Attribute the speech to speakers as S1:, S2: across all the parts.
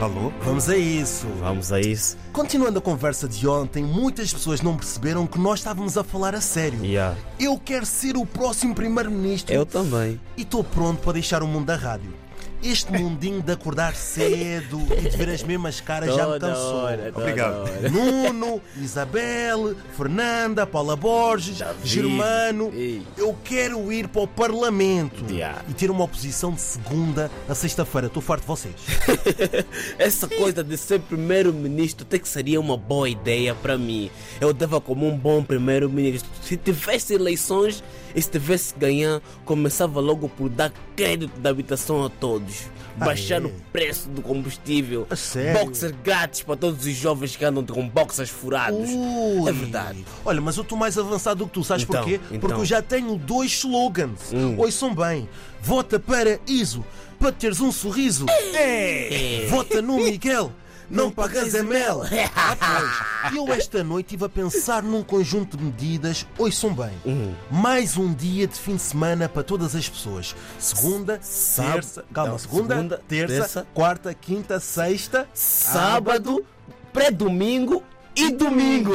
S1: Alô? Vamos a isso.
S2: Vamos a isso.
S1: Continuando a conversa de ontem, muitas pessoas não perceberam que nós estávamos a falar a sério.
S2: Yeah.
S1: Eu quero ser o próximo primeiro-ministro.
S2: Eu também.
S1: E estou pronto para deixar o mundo da rádio. Este mundinho de acordar cedo e de ver as mesmas caras já me
S2: Toda
S1: cansou.
S2: hora, toda
S3: Obrigado.
S2: hora.
S1: Nuno, Isabel, Fernanda, Paula Borges,
S2: David.
S1: Germano.
S2: Ei.
S1: Eu quero ir para o Parlamento
S2: Yeah.
S1: e ter uma oposição de segunda a sexta-feira. Estou farto de vocês.
S2: Essa coisa de ser primeiro-ministro até que seria uma boa ideia para mim. Eu dava como um bom primeiro-ministro. Se tivesse eleições e se tivesse que ganhar, começava logo por dar crédito da habitação a todos. Baixar
S1: Aê.
S2: o preço do combustível.
S1: A sério?
S2: Boxer grátis para todos os jovens que andam com boxers furados.
S1: Ui.
S2: É verdade.
S1: Olha, mas eu estou mais avançado do que tu, sabes
S2: Então,
S1: porquê?
S2: então. Hum.
S1: Porque eu já tenho dois slogans. Ouçam bem: vota para ISO, para teres um sorriso.
S2: É.
S1: Vota no Miguel. Não pagas a mel! Rapaz, eu esta noite estive a pensar num conjunto de medidas, ouçam bem.
S2: Hum.
S1: Mais um dia de fim de semana para todas as pessoas. Segunda,
S2: Sábado-
S1: terça, calma,
S2: não,
S1: segunda,
S2: segunda,
S1: terça,
S2: terça,
S1: quarta, quinta, sexta,
S2: Sábado, pré-domingo e domingo.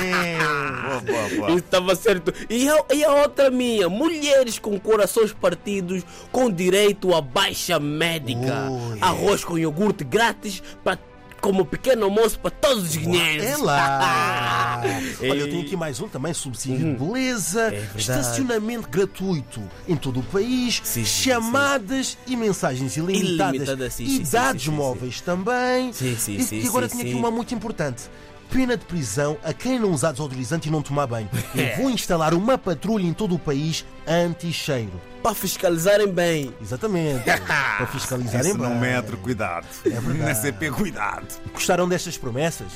S1: Exatamente!
S3: Boa, boa,
S2: Isso
S3: boa.
S2: estava certo. E a, e a outra minha, mulheres com corações partidos, com direito a baixa médica.
S1: Ui.
S2: Arroz com iogurte grátis pra, como pequeno almoço para todos os guineenses.
S1: É lá! Olha, eu
S2: Ei.
S1: tenho aqui mais um também: subsídio de beleza,
S2: Uhum. É verdade.
S1: estacionamento gratuito em todo o país,
S2: Sim, sim,
S1: chamadas e mensagens ilimitadas,
S2: Ilimitadas, sim, sim,
S1: e
S2: sim,
S1: dados
S2: sim, sim,
S1: móveis também.
S2: Sim, sim,
S1: e,
S2: sim,
S1: e agora
S2: sim,
S1: tenho aqui
S2: sim.
S1: uma muito importante. Pena de prisão a quem não usar desodorizante e não tomar banho. Eu vou instalar uma patrulha em todo o país anti-cheiro.
S2: Para fiscalizarem bem.
S1: Exatamente. para fiscalizarem
S3: Se
S1: bem.
S3: Ah, não metro, cuidado.
S1: É verdade.
S3: Na CP, cuidado.
S1: Gostaram destas promessas?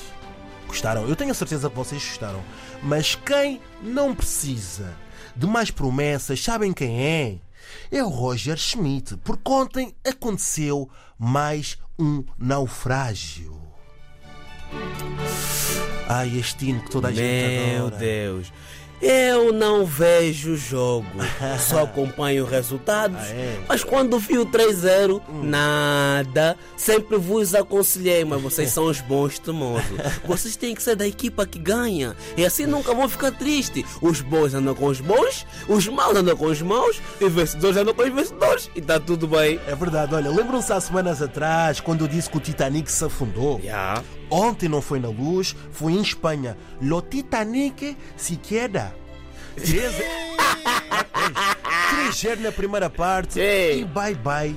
S1: Gostaram? Eu tenho a certeza que vocês gostaram. Mas quem não precisa de mais promessas, sabem quem é? É o Roger Schmidt, porque ontem aconteceu mais um naufrágio. Ai, este hino que toda a gente
S2: Meu
S1: adora.
S2: Deus. Eu não vejo o jogo, só acompanho resultados.
S1: Ah, é? Hum.
S2: Mas quando vi o 3-0, nada. Sempre vos aconselhei, mas vocês são os bons teimosos. Vocês têm que ser da equipa que ganha. E assim nunca vão ficar tristes. Os bons andam com os bons, os maus andam com os maus, e os vencedores andam com os vencedores. E está tudo bem.
S1: É verdade, olha, lembram-se há semanas atrás quando eu disse que o Titanic se afundou?
S2: Yeah.
S1: Ontem não foi na luz, foi em Espanha. Lo Titanic se queda. 3-0 na primeira parte
S2: Ei.
S1: e bye-bye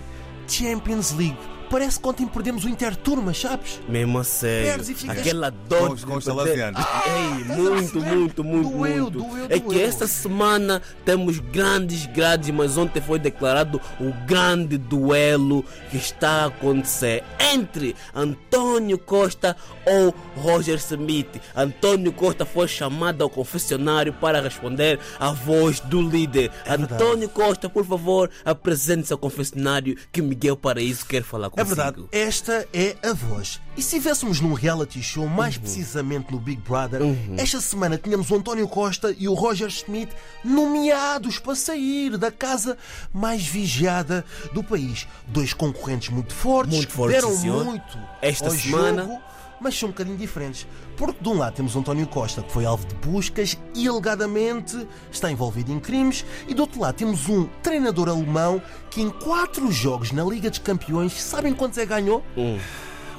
S1: Champions League. Parece que ontem perdemos o Interturma, sabes?
S2: Mesmo a sério.
S1: Perdes e ficas-
S2: Aquela dor
S3: Com os-
S2: de
S3: com os
S2: perder.
S3: salesianos.
S2: Ei,
S1: estás a
S2: muito,
S1: perceber?
S2: muito, muito,
S1: Tá né? Doeu,
S2: muito.
S1: doeu,
S2: é
S1: doeu.
S2: que esta semana temos grandes grades, mas ontem foi declarado o grande duelo que está a acontecer entre António Costa ou Roger Smith. António Costa foi chamado ao confessionário para responder à voz do líder.
S1: É
S2: António Costa, por favor, apresente-se ao confessionário que Miguel Paraíso quer falar
S1: É
S2: consigo.
S1: verdade, esta é a voz. E se estivéssemos num reality show, mais precisamente no Big Brother, esta semana tínhamos o António Costa e o Roger Schmidt nomeados para sair da casa mais vigiada do país. Dois concorrentes muito fortes,
S2: Muito
S1: que
S2: fortes,
S1: deram
S2: sim, senhor.
S1: muito
S2: Esta
S1: ao
S2: semana-
S1: jogo, mas são um bocadinho diferentes. Porque de um lado temos o António Costa, que foi alvo de buscas e alegadamente está envolvido em crimes, e do outro lado temos um treinador alemão que em quatro jogos na Liga dos Campeões, sabem quantos é que ganhou?
S2: Um.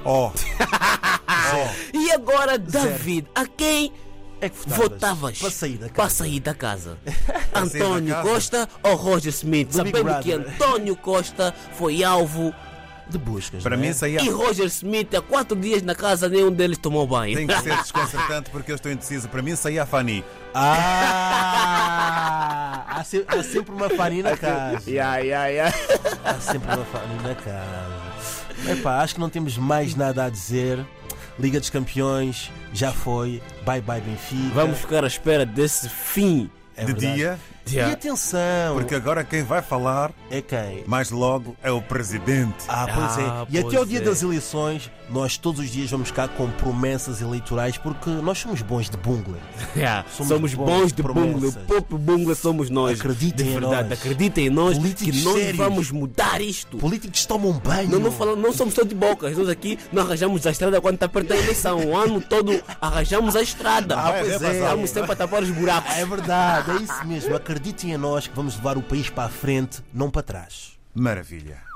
S3: Oh,
S2: E agora, David, a quem
S1: É que votavas
S2: votavas
S1: para sair da casa.
S2: para sair da casa?
S3: sair da
S2: António
S3: casa?
S2: Costa ou Roger Smith?
S1: Do Big
S2: Sabendo que
S1: Brother.
S2: António Costa foi alvo
S1: De buscas.
S3: para
S1: não é?
S3: mim, isso aí
S2: e
S3: é-
S2: Roger Smith há quatro dias na casa nenhum deles tomou banho.
S3: tem que ser desconcertante porque eu estou indeciso. Para mim, isso aí é a Fanny.
S1: Ah! Há, se- há sempre uma farinha
S2: É
S1: na casa.
S2: Ya, ya, ya.
S1: Há Tá sempre uma farinha na casa. Epá, acho que não temos mais nada a dizer. Liga dos Campeões já foi. Bye bye Benfica.
S2: Vamos ficar à espera desse fim.
S1: É
S3: de
S1: verdade.
S3: dia,
S2: Yeah.
S1: E atenção,
S3: Porque agora quem vai falar
S1: é quem?
S3: mais logo é o presidente.
S1: Ah, pois é.
S2: Ah,
S1: e até o
S2: pois
S1: dia
S2: é.
S1: das eleições, nós todos os dias vamos cá com promessas eleitorais porque nós somos bons de bungler.
S2: Yeah,
S1: Somos
S2: Ah, Somos,
S1: bons
S2: bons,
S1: de
S2: de bungle, o
S1: promessas.
S2: próprio bungle somos nós.
S1: Acreditem
S2: de
S1: em
S2: verdade,
S1: nós.
S2: acreditem em nós
S1: Políticos
S2: que nós
S1: sérios.
S2: vamos mudar isto.
S1: Políticos tomam banho.
S2: Não, não, falamos, não somos todos de bocas, nós aqui não arranjamos a estrada quando está perto da eleição. O ano todo arranjamos a estrada.
S3: Ah, pois é.
S2: Estamos sempre a tapar os buracos.
S1: É verdade, é isso mesmo. Acreditem em nós que vamos levar o país para a frente, não para trás.
S3: Maravilha.